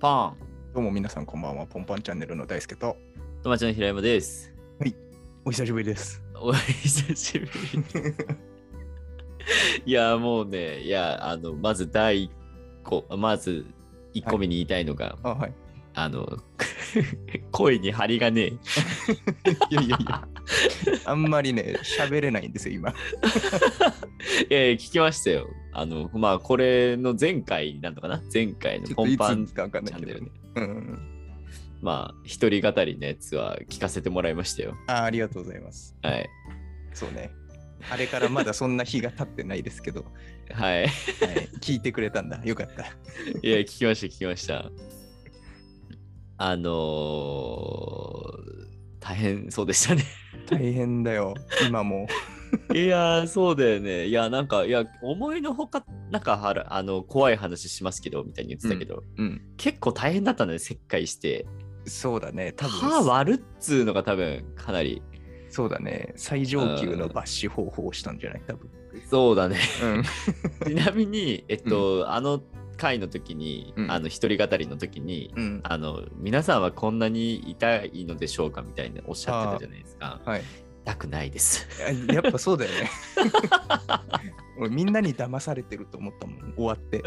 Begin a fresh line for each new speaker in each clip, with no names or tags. パン、
どうも皆さんこんばんは、ポンパンチャンネルの大輔と、
友達の平山です。
お久しぶりです。
お久 しぶり。いや、もうね、いや、あの、まず第一個、まず1個目に言いたいのが、
あ、はい。
あの、 声に張りがねえ。
いやいやいや、あんまりね、喋れないんですよ、今。
いやいや、聞きましたよ。あの、まあ、これの前回なのかな前回の
ちょっ
ポ
とい
ン
つ
パンチ
かわかんない
ャン
け
ネル
ど
ね
ね。。うん。
まあ、一人語りのやつは聞かせてもらいましたよ。
あありがとうございます。
はい。
そうね。あれからまだそんな日が経ってないですけど、は
はい。
い、聞いてくれたんだ。よかった。
いや、聞きました、聞きました。あのー大変そうでしたね。
大変だよ、今も。
いやー、そうだよね。いや、なんか、いや、思いのほか、なんかはる、あの、怖い話しますけど、みたいに言ってたけど、
うん。
結構大変だったんだね、切開して。
そうだね、多
歯
分
割るっつうのが多分、かなり。
そうだね、最上級の抜歯方法をしたんじゃない多分。
そうだね。
うん。
ちなみに、えっと、あの回の時に、
うん
あの、一人語りの時に、
うん。
あの皆さんはこんなに痛いのでしょうかみたいなおっしゃってたじゃないですか。
はい。
痛くな いです。
あやっぱそうだよね。俺みんなに騙されてると思ったもん、終わって。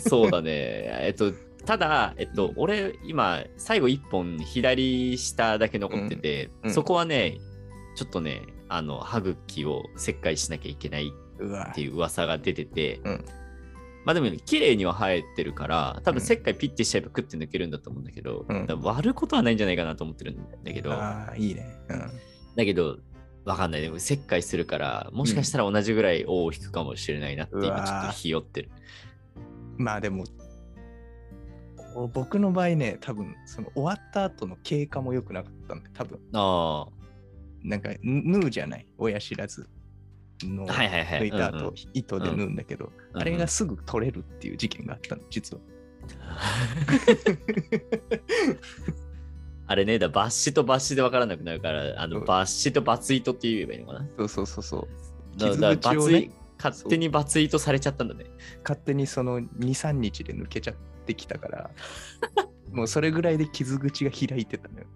そうだね。えっと、ただ、えっと、
うん
俺、今、最後1本、左下だけ残ってて、
うんうん
そこはね、ちょっとね、あの、歯茎を切開しなきゃいけない
うんうわ
っていう噂が出てて、
うん
まあでも、綺麗には生えてるから、多
うん
分切開ピッてしちゃえばクッて抜けるんだと思うんだけど、
うん
だから割ることはないんじゃないかなと思ってるんだけど、だ
ああ、いいね。
けど、わかんない。でも、切開するから、もしかしたら同じぐらい尾を引くかもしれないなって、
うわ
今、ちょっとひよってる。
うん、まあでも、こう僕の場合ね、多分その終わった後の経過も良くなかったんで、多分
ああ。
なんか、縫うじゃない、親知らずの
はいはいはい
抜いた
うんう
後
ん、
糸で縫うんだけど、あれ
うんう
が
ん
すぐ取れるっていう事件があったの、実は。
あれね、だ抜歯と抜歯で分からなくなるから、あの
うん
抜歯と抜糸って言えばいいのかな。
そうそうそうそう。
だ
傷
だ
口を
抜
ね
糸勝手に抜糸されちゃったんだね。
勝手にその2、3日で抜けちゃってきた から、もうそれぐらいで傷口が開いてたのよ。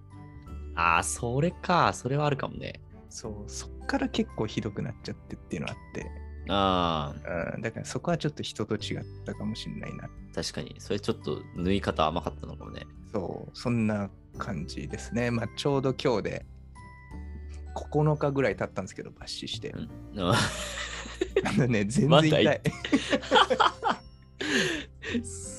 ああ、それか、それはあるかもね。
そう、そっから結構ひどくなっちゃってっていうのあって、
あ
うん、だからそこはちょっと人と違ったかもしれないな。
あ、確かに。それちょっと縫い方甘かったのかもね。
そう、そんな感じですね。まあ、ちょうど今日で9日ぐらい経ったんですけど、抜歯して
う。んあ
あのね、全然
ま
痛
だ
い。
痛い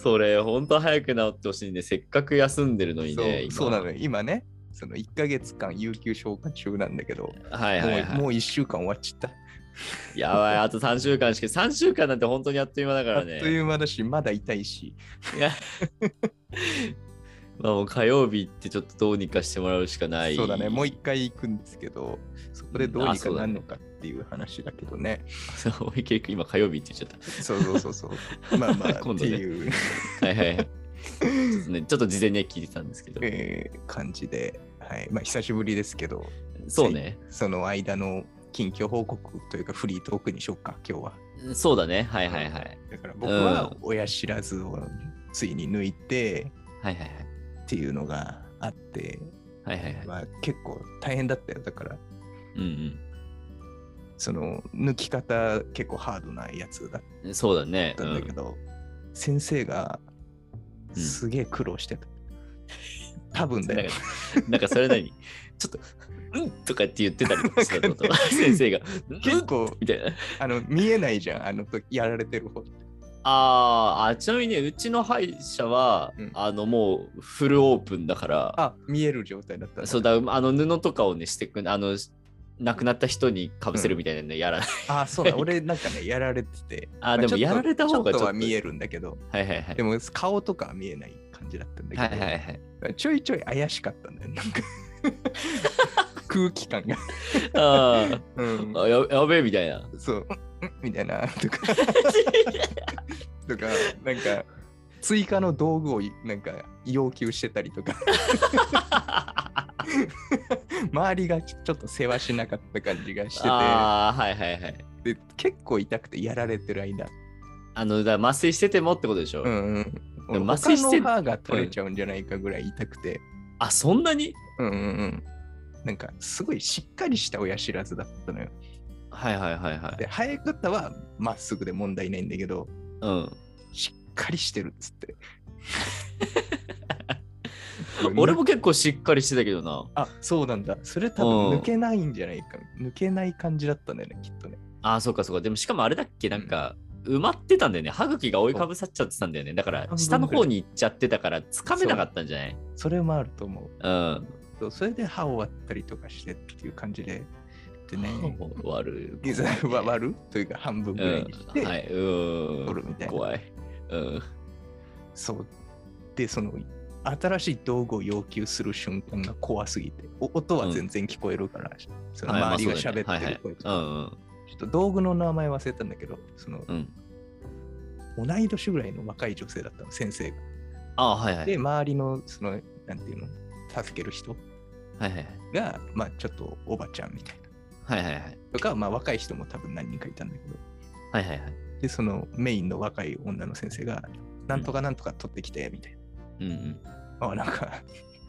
それ、ほんと早く治ってほしいね。せっかく休んでるのにね。
そうそうなの
よ。
よ。今ね、その1ヶ月間有給消化中なんだけど、
はいはい
もう
は
もう1週間終わっちゃった。
い。やばい、あと3週間しか、3週間なんて本当にあっという間だか
あ
ら
っと
ね。
いう間だし、まだ痛いし。
いやまあもう火曜日ってちょっとどうにかしてもらうしかない。
そうだね、も う一回行くんですけど、そこでどうにかなるのかっていう話だけどね。
そう思いっきり今火曜日って言っちゃっ
そうそうそうそう。まあまあ、
今
って
度ね
いう、
た。はいはい。ちょっとね、ちょっと事前には聞いてたんですけど。
えー感じで、はい。まあ、久しぶりですけど、
そうね。
その間の近況報告というか、フリートークにしよっか、今日は。
そうだね。はいはいはい。
だから僕は
うん
親知らずをついに抜いて
はいはい
っていうのがあって、
はい。はいはいはい。
まあ、結構大変だったよ。だから、
うん
その抜き方、結構ハードなやつだっ
うん。そうだね。
たんだけど、先生が
うん
すげえ苦労してた。多分だ
なん
よ。
かなんかそれなに、ちょっと、うんとかって言ってたりとかしてたのと、先生が、うん
結構
みたいな。
あの見えないじゃん、あの時やられてる方。
あーあ、ちなみにね、うちの歯医者は、
うん
あの、もうフルオープンだから、
あ見える状態だったん
そうだ、あの布とかをね、してくあの、亡くなった人にかぶせるみたいなのやらない。
あそうだ、俺なんかね、やられてて。
あ、で
ま
も
ちょっ
や
と
られた
ちょ
方がちょ
っ
っ
と
と。
は見えるんだけど、
はいはいはい
で。も顔とかは見えない感じだったんだけど、
はいはいはい。
ちょいちょい怪しかったんだよ、なんか空気感が。
あ
うん
ー、あややべえみたいな。
そう、んんみたいな、と か、とか、なんか、追加の道具をなんか要求してたりとか、周りがちょっと世話しなかった感じがしてて。
ああ、はいはいはい。
で結構痛くてやられてる間、
あの、だから麻酔しててもってことでしょ。
うんうん、
でも
麻
麻
酔
酔
し
してて
歯が取れちゃうんじゃないかぐらい痛くて、
あ、そんなに
うんうんうん。なんか、すごいしっかりした親知らずだったのよ。
はいはいはいはい。
で、生え方はまっすぐで問題ないんだけど、
うん。
しっかりしてるっつ って。
俺も結構しっかりしてたけどな。
あそうなんだ。それ多
うん
分抜けないんじゃないか。抜けない感じだったんだよね、きっとね。
あ、そうかそうか。でもしかもあれだっけなんか、埋まってたんだよね。歯茎が覆いかぶさっちゃってたんだよね。だから
半、分
下の方に行っちゃってたから、つかめなかったんじゃない
それもあると思う。
うん。
そうそれで歯を割ったりとかしてっていう感じで。でね、
悪
いざわ割るというか半分ぐらいにして、
うん、はい、うん。
取るみたいな。
怖い。うん。
そう。で、その、新しい道具を要求する瞬間が怖すぎて、お音は全然聞こえるから、その周りが喋ってる声とか、
はいまあ
ちょっと道具の名前忘れたんだけど、その、
そうだねはいはいうんうん。
同い年ぐらいの若い女性だったの、先生が。
あはいはい。
で、周りの、その、なんていうの、助ける人
はいはい
が、まあ、ちょっとおばちゃんみたいな。
はいはいはい。
とか、まあ、若い人も多分何人かいたんだけど、
はいはいはい。
で、そのメインの若い女の先生が、なんとかなんとか取ってきて、みたい
うんうん。
な。あ、なんか、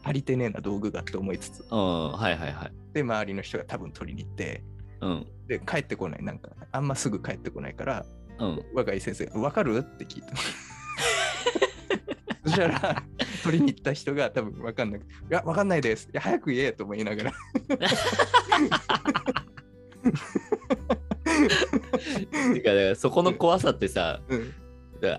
足りてねえな道具がって思いつつ、
うん、はいはいはい。
で、周りの人が多分取りに行って、
うん。
で、帰ってこない、なんか、あんますぐ帰ってこないから、
うん。
若い先生が、わかるって聞い た。そしたら、取りに行った人が多分わかんなくて、いや、わかんないです。いや、早く言えと思いながら。
てか、だからそこの怖さってさ、
うん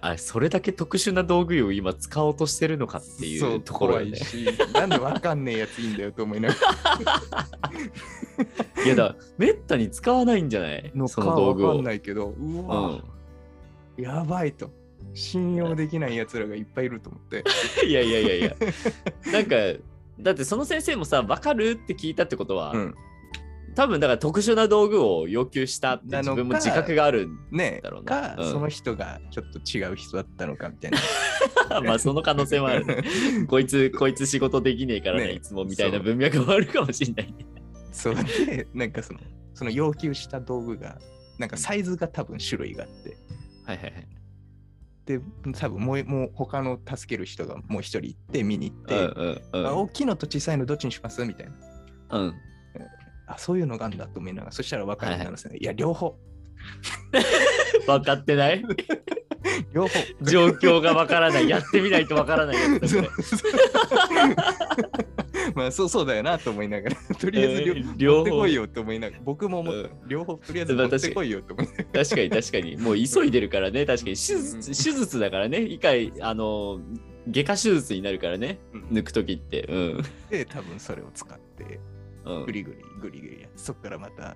あそれだけ特殊な道具を今使おうとしてるのかってい
そう
ところが
怖い
ね。
し、なんでわかんねえやついいんだよと思いながら。
いやだ、めったに使わないんじゃない
の
そ
か
の道具
わか
を。
んないけど、う
う
わ、やばいと。信用できないやつらがいっぱいいると思って。
ん、いやいやいや いや。なんか、だってその先生もさ、わかるって聞いたってことは、
うん、
多分だから特殊な道具を要求したって
なのか
自分も自覚がある ん
ね
だろう
え、
な
か、
うん
その人がちょっと違う人だったのかみたいな。
だまあその可能性も ある、ね、こいつこいつ仕事できねえからね
ね
いつもみたいな
そう
文脈もあるかもしれない、
そうで、なんかその、その要求した道具が、なんかサイズが多分種類があって、
はいはいはい
で、多分もう、もう他の助ける人がもう一人行って見に行って、
うんう
あ
ん
大きいのと小さいのどっちにしますみたいな。
うんうん
あ、そういうのがあるんだと思いながら、そしたら若い女の先生、いや、両方、
分かってない
両方。
状況がわからないやってみないとわからないやつだこ
まあ、そうそうだよなと思いながら、 とりあ
れ
えず
え
両持っ
ー両
て
方
こいよと思いながら、僕も思った、両方とりあえず
ま
持
あ
ってこいよと思いなが
確かに確かにもう急いでるからね確かに手
うんうん
術手術だからね一回あの外科手術になるからね
ら、
抜く時ってうん
で、多分それを使って、
うんは
ぐ
い
りぐりぐりぐりやってそっからまた
は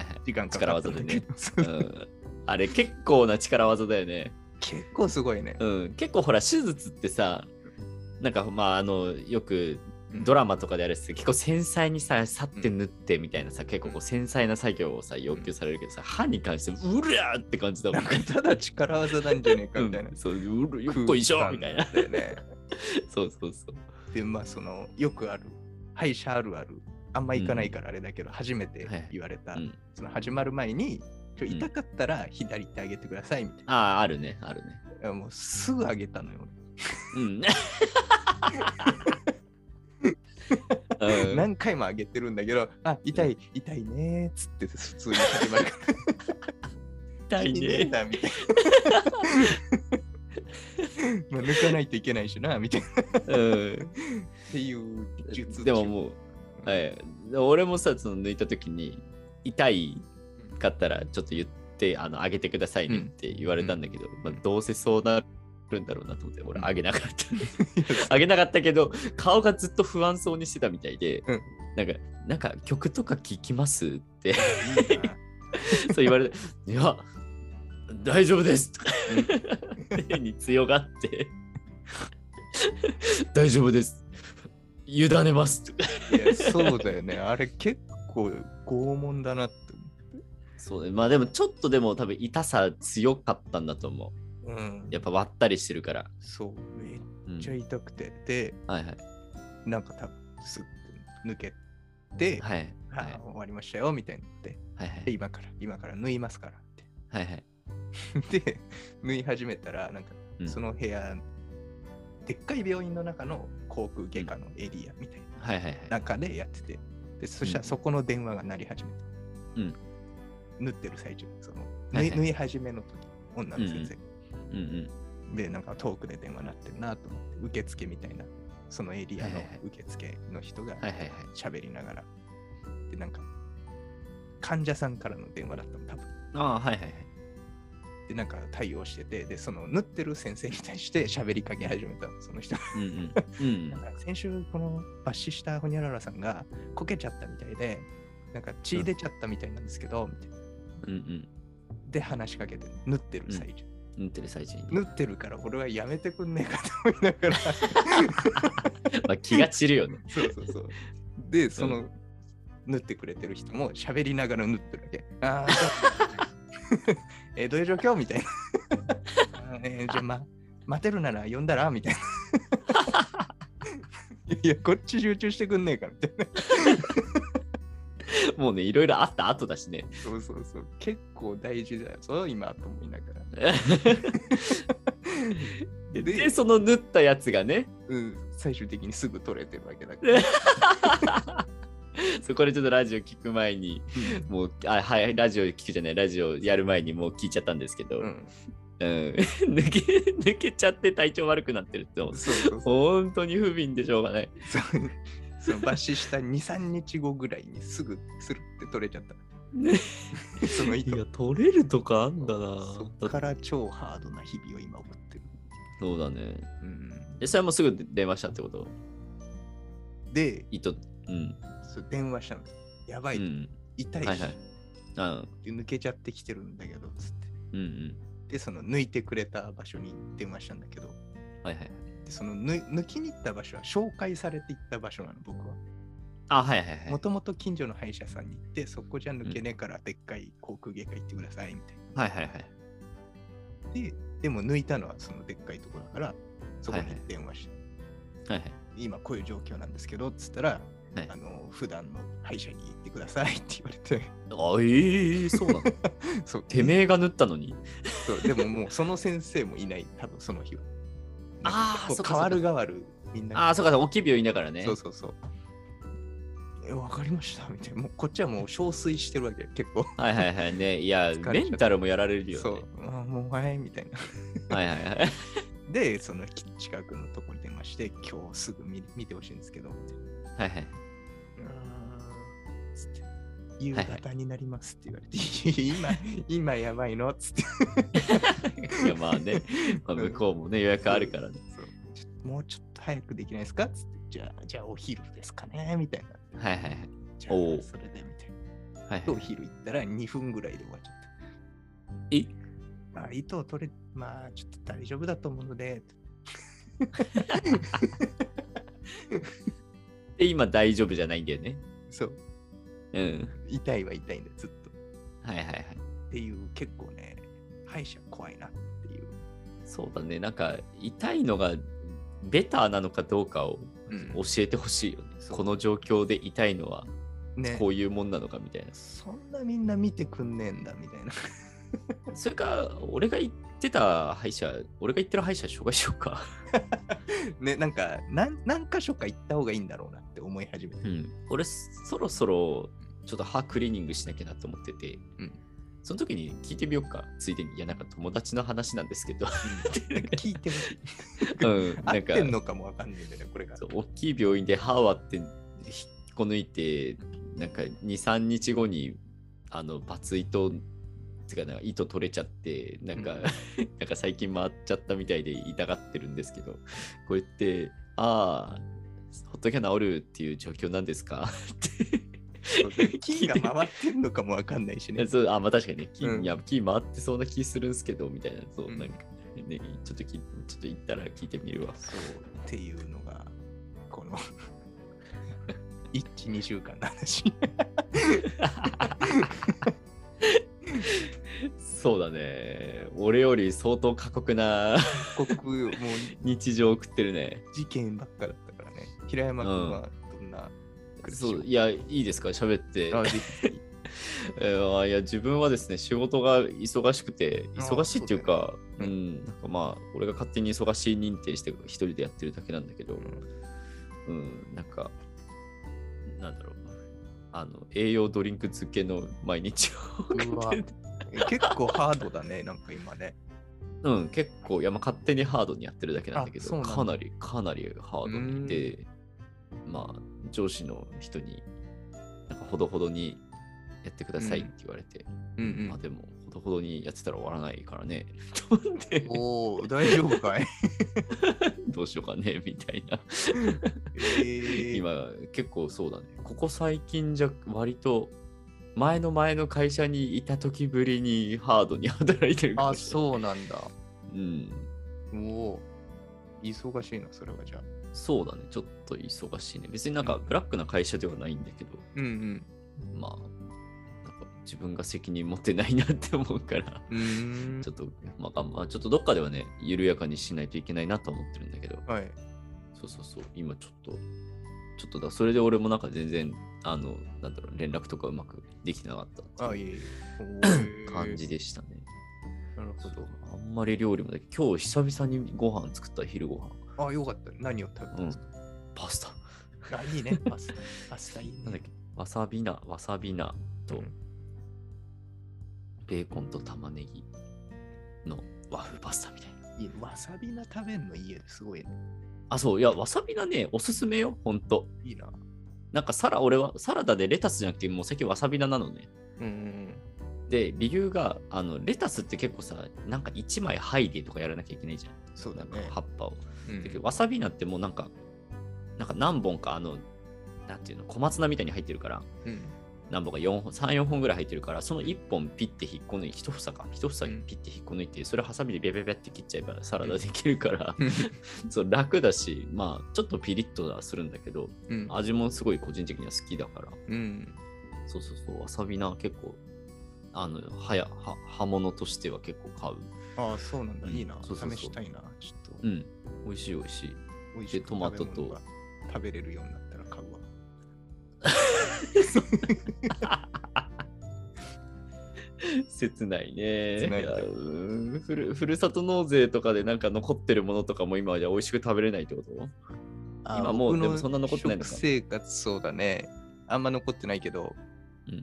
い
時間かかったんだけど。
う
そうん
あれ結構な力技だよね。
結構すごいね。
うん、結構ほら手術ってさなんかまああのよくドラマとかであれですけど結構繊細にささって縫ってみたいなさ結構こう繊細な作業をさ要求されるけどさ歯に関してうりゃーって感じだも
なんんかただ力技なんじゃねえかみたいな
うん。そううるよっこいしょみたいな
空間だよね。
そうそうそう
で、まあ、その、よくある、歯医者あるある、あんま行かないからあれだけど、初めて言われた、
うん
その始まる前に、ちょ
うん
痛かったら左手上げてくださいみたい
あああるねあるね
な。もうすぐ上げたのよ。
うん
俺
うん、
何回も上げてるんだけど、あ、痛い、痛いねーっつって普通に始まるから。
痛
痛
い
いん
ね。
だみたい な。まあ抜かないといけないしな、みたいな。っ
うん
ていう術
でももう、は
う
い、で俺もさその抜いた時に痛い
ん
かったらちょっと言ってあの上げてくださいねって言われたんだけど、まあ、どうせそうなるんだろうなと思って俺上げなかっ た、上げなかったけど顔がずっと不安そうにしてたみたいで、
うん
なんかなんか曲とか聴きますって
いいな
そう言われて「いや大丈夫です」 とか手に強がって 「大丈夫です」「委ねます」とか
いや、そうだよね。あれ結構拷問だなって
そうねまあでもちょっとでも多分痛さ強かったんだと思う
思う。うん
やっぱ割ったりしてるから、
そう、めっ
うん
ちゃ痛くて。で、
はいはい
なんか多分スッて抜けて、
はい
あ
はい
終わりましたよ、みたいになって。
はい
で、今から、今から縫いますからっ
はいはい
て。で、縫い始めたら、なんか
うん
その部屋でっかい病院の中の航空外科のエリアみたいな
はいはいはい。
中でやってて、でそしたらそこの電話が鳴り始めて、
うん
縫ってる最中、その
は
縫
い
い
はい
縫い始めの時、女の先生が、
うんうん。
で、なんか遠くで電話鳴ってるなと思って、受付みたいな、そのエリア
は
の
いはいはい
受付の人が
はいはいはい。
喋りながら、で、なんか、患者さんからの電話だったの、多分。
ああ、はいはいはい。
で、なんか対応してて、で、その縫ってる先生に対して喋りかけ始めたの、その人が。
うんうん。うん
なんか先週、この抜歯したホニャララさんがこけちゃったみたいで、なんか血出ちゃったみたいなんですけど、みたいな。
うんうん。
で、話しかけて、縫ってる最中。
縫ってる最中に。
縫ってるから俺はやめてくんねえかと思いながら
まあ気が散るよね。
そうそうそう。で、その、縫ってくれてる人も喋りながら縫ってるわけ。ああ、じゃあ えどういう状況みたいな。あーえーじゃあ、ま、待てるなら呼んだらみたいな。いや、こっち集中してくんねえからみたいな。
もうね、いろいろあった後だ しね。
そうそうそう。結構大事だよ、そう、今、と思いながら。
で、
で
その縫ったやつがね、
うん、最終的にすぐ取れてるわけだから。
そこでちょっとラジオ聞く前に、もう、あはい、ラジオ聞くじゃない、ラジオやる前にもう聞いちゃったんですけど、
う
うん
ん、
抜け抜けちゃって体調悪くなってるって、
そうそうそう。
本当に不憫でしょうがない。
そうその抜歯した2、3日後ぐらいにすぐするって取れちゃった。その糸
取れるとかあん
そっから超ハードな日々を今送ってる。
そうだね。
うん
え、それもすぐ電話したってこと
で、
糸、うん。
そう電話したの。やばい、
うん。
痛いし、
はいはい。あ
抜けちゃってきてるんだけど、つって。
うんうん。
で、その抜いてくれた場所に電話したんだけど、
はいはい。
でその抜抜きに行った場所は紹介されて行った場所なの、僕は。
あ、はいはいはい
も。ともと近所の歯医者さんに行って、そこじゃ抜けねえから、でっかい航空外科行ってください、みたい
はいはいはい。
な。で、でも抜いたのはそのでっかいところだから、そこに電話して、
はいはい。
今こういう状況なんですけど、つったら、
はい
あの普段の歯医者に行ってくださいって言われ て。
あ、え えそうなの
そう
てめえが塗ったのに。
そうでももうその先生もいない、多分その日は。
あー
こう
そっか
変わる変わるみんな。
ああ、そうか、大きい病院だからね。
そうそうそう。え、わかりましたみたいな。もうこっちはもう憔悴してるわけよ、結構。
はいはいはいね。いや
疲れちゃ、う
メンタルもやられるよ
そ
ね
う。。あもうはい、みたいな。
はいはいはい。
で、その近くのとこに電話して、今日すぐ見見てほしいんですけど、みたいな
はいは
う
い。
ーんつって夕
はい
方になりますって言われて、 今、今やばいのつって。
いや、ま あね、まあ向こうもね、予約あるからね。
そうちょっともうちょっと早くできないですかつってじゃあ、じゃあお昼ですかねみたいな。
はいはいはい。
じゃあ
おう
それでみたいな。
はい
で
は
お
い、
昼行ったら2分ぐらいで終わっちゃった。
え
まあ、糸を取れ、まあ、ちょっと大丈夫だと思うの で、
で今大丈夫じゃないんだよね。
そう、
うん。
痛いは痛いんだよ、ずっと。
はいはいはい。
っていう、結構ね、歯医者怖いなっていう。
そうだね。なんか、痛いのがベターなのかどうかを教えてほしいよね。
そう
この状況で痛いのは
ね、
こういうもんなのかみたいな。
そんなみんな見てくんねえんだみたいな。
それか、俺が言ってた歯医者、俺が言ってる歯医者紹介しようか。
ね、なんか何、何箇所か行った方がいいんだろうなって思い始めて。
うん。俺、そろそろちょっと歯クリーニングしなきゃなと思ってて、
うん
その時に聞いてみようか、ついでに。いや、なんか友達の話なんですけど、
なんか聞いてほしい。
うん、
合
な
っ
んか
てんのかもわかんないんだよね、これが。
そう大きい病院で歯割って引っこ抜いて、なんか2、3日後に、あの、バツ糸、つうかなんか糸取れちゃって、なんか、
うん
なんか最近回っちゃったみたいで痛がってるんですけど、こうやって、ああ、ほっときゃ治るっていう状況なんですかって。
そうで金が回ってんのかもわかんないし
いや
ね。
そうあまあ確かにね、金、
うん
いや金回ってそうな気するんすけどみたいなそう、
うん
なんかねちょっときちょっと行ったら聞いてみるわ
そうっていうのが、この 1、2週間の話。
そうだね俺より相当過酷な
僕、もう
日常を送ってるね
事件ばっかだったからね。平山君はどんな、苦しい
そういやいいですか喋って
あぜひ
えーいや自分はですね仕事が忙しくて
あー
忙しいっていうかう、
うん
なんかまあ、俺が勝手に忙しい認定して一人でやってるだけなんだけど、うん、なんか、なんだろう、あの、栄養ドリンク漬けの毎日を送
うわ
ってて
結構ハードだね、なんか今ね。
うん、結構、いや、まあ、勝手にハードにやってるだけなんだけ
あそう
ど、
なんだ
かなり、かなりハードにで、まあ、上司の人に、なんか、ほどほどにやってくださいって言われて、
うん
まあ、でも、ほどほどにやってたら終わらないからね、 と思って、
おお、大丈夫 かい
どうしようかね、みたいな。
えー
今結構そうだねここ最近じゃ割と前の前の会社にいた時ぶりにハードに働いてるかも
あ、
しれない
そうなんだ。
うん
おおー、忙しいな、それはじゃあ。
そうだねちょっと忙しいね別になんかブラックな会社ではないんだけど
うん
まあなんか自分が責任持ってないなって思うから
うん。うーん
ちょっとまあ頑張ちょっとどっかではね緩やかにしないといけないなとは思ってるんだけど
はい。
そうそうそう今ちょっとちょっとだそれで俺もなんか全然あのなんだろう連絡とかうまくできてなかったっていう
あ、いえいえ。 おー
感じ。でしたね。
なる
ち
ほ
ょっとあんまり料理もね、今日久々にご飯作った昼ご飯
ど。あ、よかった。何を食べたんですか、
パスタ。
あ、いいね。パスタ。パスタいいね。
なんだっけわさび菜、わさび菜とベーコンと玉ねぎの和風パスタみたいな。
いいねわさび菜食べんの家ですごいね。
あ、そう、いや、わさび菜ね、おすすめよ、ほんと。
いいな。
なんかサラ、俺はサラダでレタスじゃなくて、もう最近わさび菜なのね。
うん
で、理由が、あの、レタスって結構さ、なんか1枚剥いでとかやらなきゃいけないじゃん。
うん。そうだ
なん
ね
か。葉っぱを。
うん
だけどわさび菜ってもうなんか、なんか何本かあの、なんていうの、小松菜みたいに入ってるから、
うん
何本か4本、3、4本ぐらい入ってるから、その1本ピッて引っこ抜いて、1房か、1房
うん
ピッて引っこ抜いて、それハサミでビャビャビャって切っちゃえばサラダできるから、 そう楽だし、まあちょっとピリッとはするんだけど、
うん。
味もすごい個人的には好きだから、
うん。
そうそうそう、わさび菜結構、あの、はや、は葉物としては結構買う。
ああ、そうなんだ。
うん
いいな。
そうそうそう
試したいな。ちょっと
う、ん、美味しい美味しい。
美味しい。
でトマトと
食べ物が食べれるようになったら買うわ。
切ないね
切ない
いやうーんふる。ふるさと納税とかでなんか残ってるものとかも今はじゃあ美味しく食べれないってこと
あー
今もう
僕の
でもそんな残ってないのか
食生活そうだね。あんま残ってないけど、
うん。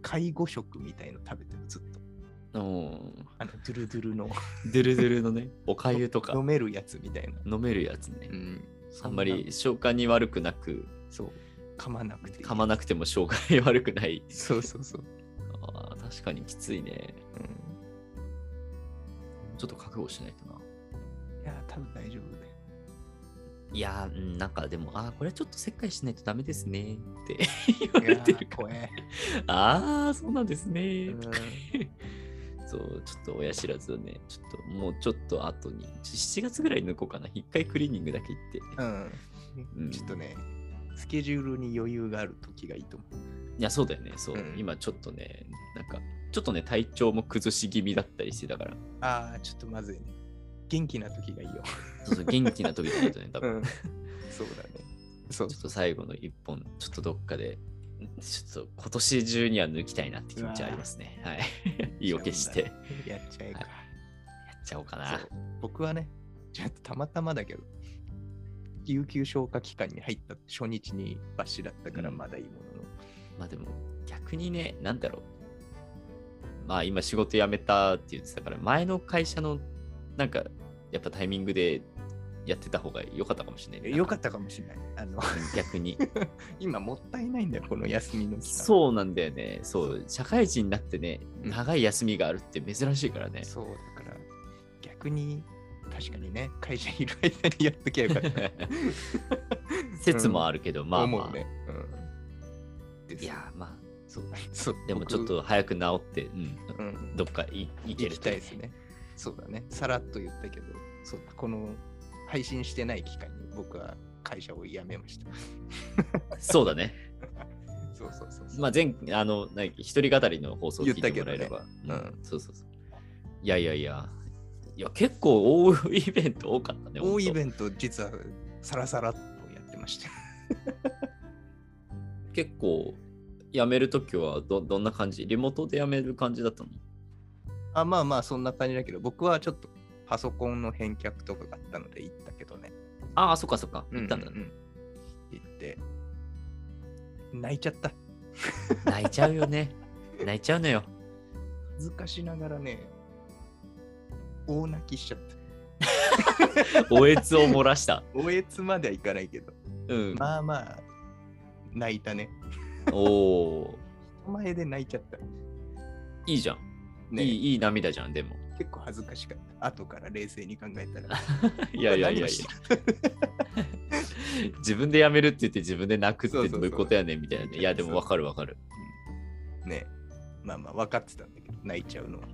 介護食みたいの食べてる、ずっと。
うん
あの、ドゥルドゥルの
ドゥルドゥル のね、おかゆとか
飲めるやつみたいな。
飲めるやつね
う。ん。
あんまり消化に悪くなく、
そう。噛まなくていい。
噛まなくても消化に悪くない。
そうそうそう。
あー確かにきついね。
うん
ちょっと覚悟しないとな。
いや、多分大丈夫だよ。
いやー、うんなんかでも、ああ、これちょっと切開しないとダメですねって言われてるから。
いやー怖え。
ああ、そうなんですね
うん
とかそう、ちょっと親知らずをね、ちょっともうちょっと後に、7月ぐらいに抜こうかな、一回クリーニングだけ行って。
う
うん
ん。ちょっとね、スケジュールに余裕がある時がいいと思う。
いや、そうだよね、そう、
うん
今ちょっとね、なんか、ちょっとね、体調も崩し気味だったりしてたから、
ああ、ちょっとまずいね。元気な時がいいよ。
そうそう元気な時だったよね、多分、
ん。 そうだね。そう
ちょっと最後の一本、ちょっとどっかで、ちょっと今年中には抜きたいなって気持ちはありますね。はい。 意を決して
や
やっ
っちゃえか。
ちゃおうか
そ
な
う。僕はね、ちょっとたまたまだけど、有給消化期間に入った初日にバッシュだったから
うん
まだいいものの。
まあでも逆にね、なんだろう。まあ今仕事辞めたって言ってたから、前の会社のなんかやっぱタイミングでやってた方が良かったかもしれない
え
ね。
よかったかもしれない。あの、
うん逆に。
今もったいないんだよ、この休みの期間。
そうなんだよね。そう、社会人になってね、
うん
長い休みがあるって珍しいからね。
そうだから、逆に、確かにね、会社いる間にやっときゃよか った。
説もあるけど、まあま
思う
あ。
ね。うん。です
いや、ま
そう。そう
あ、でもちょっ、と早く治って、うん、
僕うん、
どっかい行け
行
る
き
と
たいですね。そうだね。さらっと言ったけど、そうだこの配信してない期間に僕は会社を辞めました。
そうだね。
そうそうそうそう。
まあ、前、あの、何一人語りの放送を聞いてもらえれ
言
ば。
ったけどね
うんそうそうそう。いやいやいや。いや、結構多いイベント多かったね。
大イ
ン
ベント、実はさらさらっとやってました。
ト。結構、辞めるときはどどんな感じリモートで辞める感じだったの
あまあまあそんな感じだけど僕はちょっとパソコンの返却とかがあったので行ったけどね
ああ、そっかそっか。行ったんだ。
うんうんうん行って泣いちゃった
泣いちゃうよね。泣いちゃうのよ。
恥ずかしながらね大泣きしちゃった
おえつを漏らした。
おえつまではいかないけど
うん。
まあまあ泣いたね
おお
人前で泣いちゃった
ー。いいじゃん。
ね
いい、いい涙じゃん、でも。
結構恥ずかしかった後から冷静に考えたら
いやいやいやいや。 自分でやめるって言って自分で泣くってど
そううそうそう
いうことやねんみたいなね。いや、でもわかるわ かる。
ねまあまあ分かってたんだけど泣いちゃうのは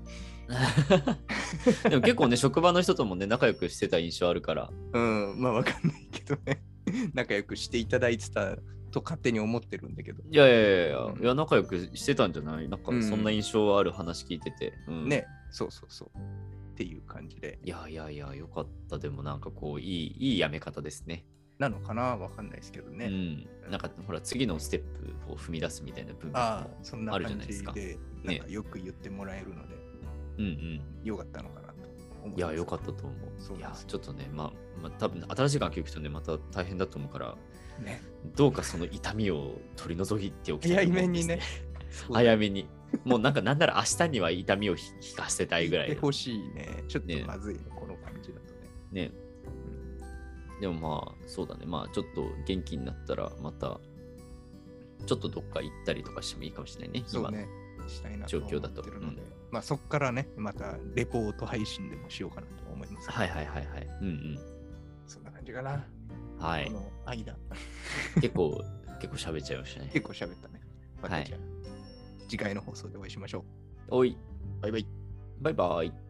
でも結構ね、職場の人ともね、仲良くしてた印象あるから。
うんまあ分かんないけどね 仲良くしていただいてたと勝手に思ってるんだけど
いやいやいやいや、いや仲良くしてたんじゃないなんかそんな印象ある話聞いてて。うん、
ねそうそうそうっていう感じで
いやいやいや、よかった。でもなんかこう、いい、いいやめ方ですね。
なのかな分かんないですけどね、
うん。なんかほら、次のステップを踏み出すみたいな部分も。
ああそんな
あるじゃ
感
ないです
じ
か
でな
ね
んかよく言ってもらえるので、
うんうん。
よかったのかなと思
いや、よか
っ
ったと思
そう
う。い
なん
や
です、よ
ちょっとね、まあ、まあ、多分新しい楽器を聴くとね、また大変だと思うから、
たね
どうかその痛みを取り除いておきた
早
いと思う
め
んで
に
す
ね。
早めに。もうなんか、なんなら明日には痛みをひ引かせたいぐら
言
い
って
の。
ほしいねちょっ
ね
とまずいねこの感じだとね
ね。でもまあ、そうだね。まあ、ちょっと元気になったら、また、ちょっとどっか行ったりとかしてもいいかもしれないね。
そうねしたいなと
状
思
況だ
っ
と
てるので、まあそこからねまたレポート配信でもしようかなと思います
今はいはいはいはい。うん
そんな感じかな、
うん。は
こ
い。
の間
結構、結構喋っちゃいました ね。
結構喋ったねま
は
た
い
じゃあ、次回の放送でお会いしましょう
おい、
バイバイ
バイバイ。